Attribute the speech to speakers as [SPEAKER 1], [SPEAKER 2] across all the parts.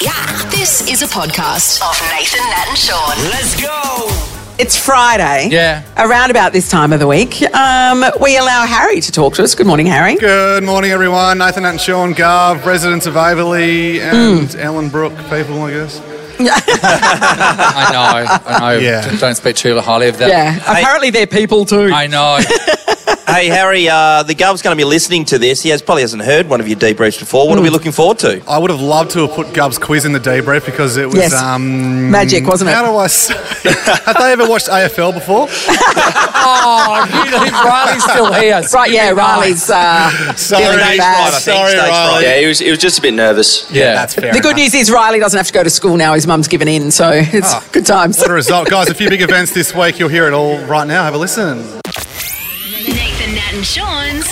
[SPEAKER 1] Yeah. This is a podcast of Nathan, Nat, and Sean.
[SPEAKER 2] Let's go.
[SPEAKER 3] It's Friday.
[SPEAKER 4] Yeah.
[SPEAKER 3] Around about this time of the week, um, we allow Harry to talk to us. Good morning, Harry.
[SPEAKER 5] Good morning, everyone. Nathan and Sean Garve, residents of Waverley and
[SPEAKER 4] Hmm.
[SPEAKER 5] Ellenbrook people, I guess.
[SPEAKER 4] I know, I know.
[SPEAKER 5] Yeah.
[SPEAKER 4] Just Don't speak too highly of that.
[SPEAKER 3] Yeah. Apparently, they're people too.
[SPEAKER 4] I know.
[SPEAKER 2] Hey, Harry, uh, the Gov's going to be listening to this. He has, probably hasn't heard one of your debriefs before. What are we looking forward to?
[SPEAKER 5] I would have loved to have put Gub's quiz in the debrief because it was
[SPEAKER 3] Yes.
[SPEAKER 5] um,
[SPEAKER 3] Magic, wasn't it?
[SPEAKER 5] How do I say? have they ever watched AFL before?
[SPEAKER 4] oh, really? Riley's still here.
[SPEAKER 3] Right, yeah, Riley's. Uh,
[SPEAKER 5] Sorry,
[SPEAKER 3] Feeling
[SPEAKER 5] Riley.
[SPEAKER 3] bad.
[SPEAKER 5] Sorry,
[SPEAKER 2] Stage
[SPEAKER 5] Riley.
[SPEAKER 2] fright.
[SPEAKER 6] Yeah, he was, he was just a bit nervous.
[SPEAKER 4] Yeah.
[SPEAKER 5] That's fair.
[SPEAKER 3] the good
[SPEAKER 5] enough.
[SPEAKER 3] news is Riley doesn't have to go to school now. His mum's given in, so it's good times.
[SPEAKER 5] What a result, guys! A few big events this week. You'll hear it all right now. Have a listen.
[SPEAKER 1] Nathan, Nat, and Sean's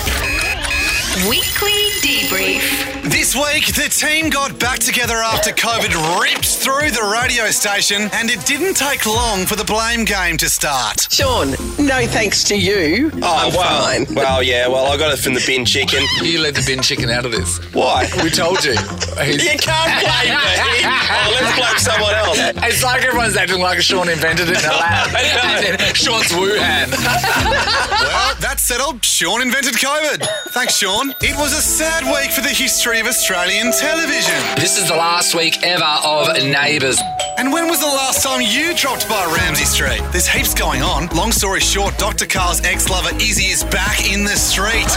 [SPEAKER 1] weekly debrief.
[SPEAKER 7] This week, the team got back together after COVID ripped through the radio station, and it didn't take long for the blame game to start.
[SPEAKER 8] Sean, no thanks to you. I'm fine.
[SPEAKER 6] Oh, Well, yeah, well, I got it from the bin chicken.
[SPEAKER 4] You leave the bin chicken out of this.
[SPEAKER 6] Why?
[SPEAKER 4] We told you.
[SPEAKER 6] You can't blame me. Oh, let's blame someone else.
[SPEAKER 4] It's like everyone's acting like Sean invented it in a lab. Sean's Wuhan.
[SPEAKER 7] Well, that's Uh, settled. Sean invented COVID. Thanks, Sean. It was a sad week for the history of Australian television.
[SPEAKER 4] This is the last week ever of Neighbours.
[SPEAKER 7] And when was the last time you dropped by Ramsey Street? There's heaps going on. Long story short, Dr. Carl's ex lover Izzy is back in the street.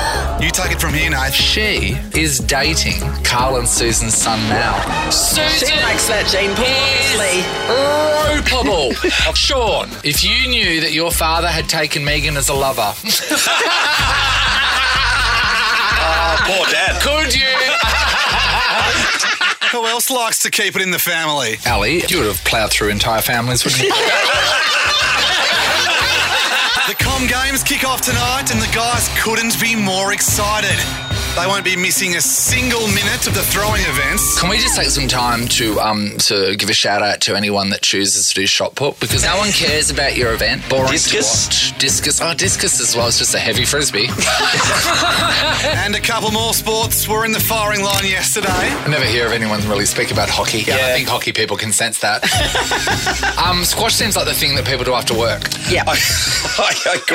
[SPEAKER 7] You take it from here, Nath.
[SPEAKER 4] She is dating Carl and Susan's son now.
[SPEAKER 8] She
[SPEAKER 4] Susan
[SPEAKER 8] makes that gene pool, honestly.
[SPEAKER 4] ropeable. Sean, if you knew that your father had taken Megan as a lover,
[SPEAKER 6] Oh, poor dad.
[SPEAKER 4] could you?
[SPEAKER 7] Who else likes to keep it in the family?
[SPEAKER 4] Ali, you would have ploughed through entire families, wouldn't you?
[SPEAKER 7] The Com Games kick off tonight, and the guys couldn't be more excited. They won't be missing a single minute of the throwing events.
[SPEAKER 4] Can we just take some time to um to give a shout out to anyone that chooses to do shot put because no one cares about your event. Boring
[SPEAKER 6] Discus?
[SPEAKER 4] To watch. Discus. Oh, discus as well. It's just a heavy frisbee.
[SPEAKER 7] And a couple more sports were in the firing line yesterday.
[SPEAKER 4] I never hear of anyone really speak about hockey. Yeah. I
[SPEAKER 6] Yeah.
[SPEAKER 4] think hockey people can sense that. um, squash seems like the thing that people do after work.
[SPEAKER 6] I,
[SPEAKER 8] Yeah.
[SPEAKER 6] I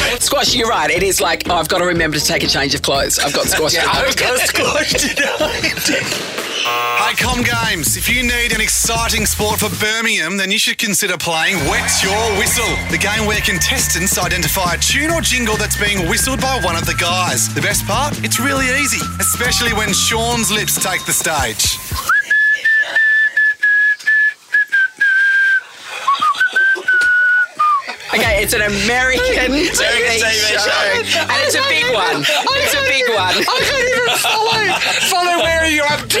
[SPEAKER 6] agree.
[SPEAKER 8] Squash, you're right. It is like, I've got to remember to take a change of clothes. I've got squash.
[SPEAKER 4] I've got
[SPEAKER 8] squash
[SPEAKER 7] Hey, Com Games, if you need an exciting sport for Birmingham, then you should consider playing Wet Your Whistle, the game where contestants identify a tune or jingle that's being whistled by one of the guys. The best part? It's really easy, especially when Sean's lips take the stage.
[SPEAKER 8] Okay, it's an American TV,
[SPEAKER 6] TV
[SPEAKER 8] show.
[SPEAKER 6] show.
[SPEAKER 8] And it's a big one. It's a big one.
[SPEAKER 4] Follow where you're up to.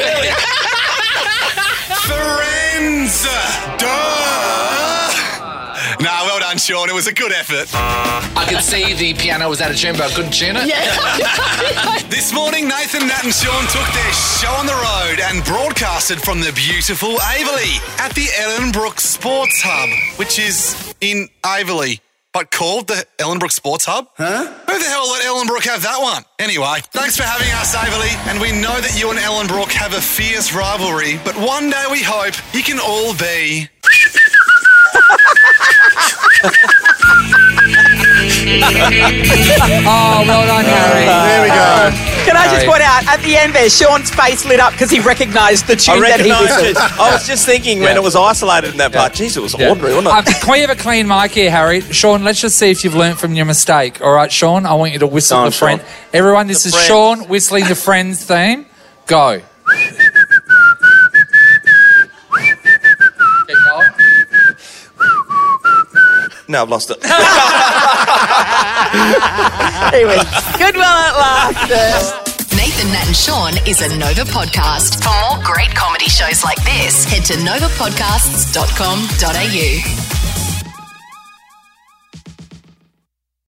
[SPEAKER 7] Forenza! Duh! Nah, well done, Sean. It was a good effort.
[SPEAKER 4] I could see the piano was out of tune, but I couldn't tune it.
[SPEAKER 7] This morning, Nathan, Nat, and Sean took their show on the road and broadcasted from the beautiful Averley at the Ellenbrook Sports Hub, which is in Averley, but called the Ellenbrook Sports Hub? Huh? Who the hell let Ellenbrook have that one? Anyway, thanks for having us, Averley, and we know that you and Ellenbrook have a fierce rivalry, but one day we hope you can all be.
[SPEAKER 4] Oh, well done, Harry.
[SPEAKER 5] There we go.
[SPEAKER 3] Can I just point out at the end there, Sean's face lit up because he recognised the
[SPEAKER 2] I
[SPEAKER 3] tune that he
[SPEAKER 2] recognised
[SPEAKER 3] whistled.
[SPEAKER 2] it. I was just thinking when
[SPEAKER 4] Yeah.
[SPEAKER 2] it was isolated in that part. Jeez, it was ordinary,
[SPEAKER 4] Um,
[SPEAKER 2] wasn't it?
[SPEAKER 4] can we have a clean mic here, Harry? Sean, let's just see if you've learnt from your mistake. All right, Sean, I want you to whistle
[SPEAKER 2] Go on,
[SPEAKER 4] the friend.
[SPEAKER 2] Sean.
[SPEAKER 4] Everyone, this
[SPEAKER 2] The
[SPEAKER 4] is
[SPEAKER 2] Friends.
[SPEAKER 4] Sean whistling the Friends theme. Go.
[SPEAKER 2] No, I've lost it.
[SPEAKER 3] He went, Good one at last.
[SPEAKER 1] Nathan, Nat, and Sean is a Nova podcast. For more great comedy shows like this, head to novapodcasts.com.au.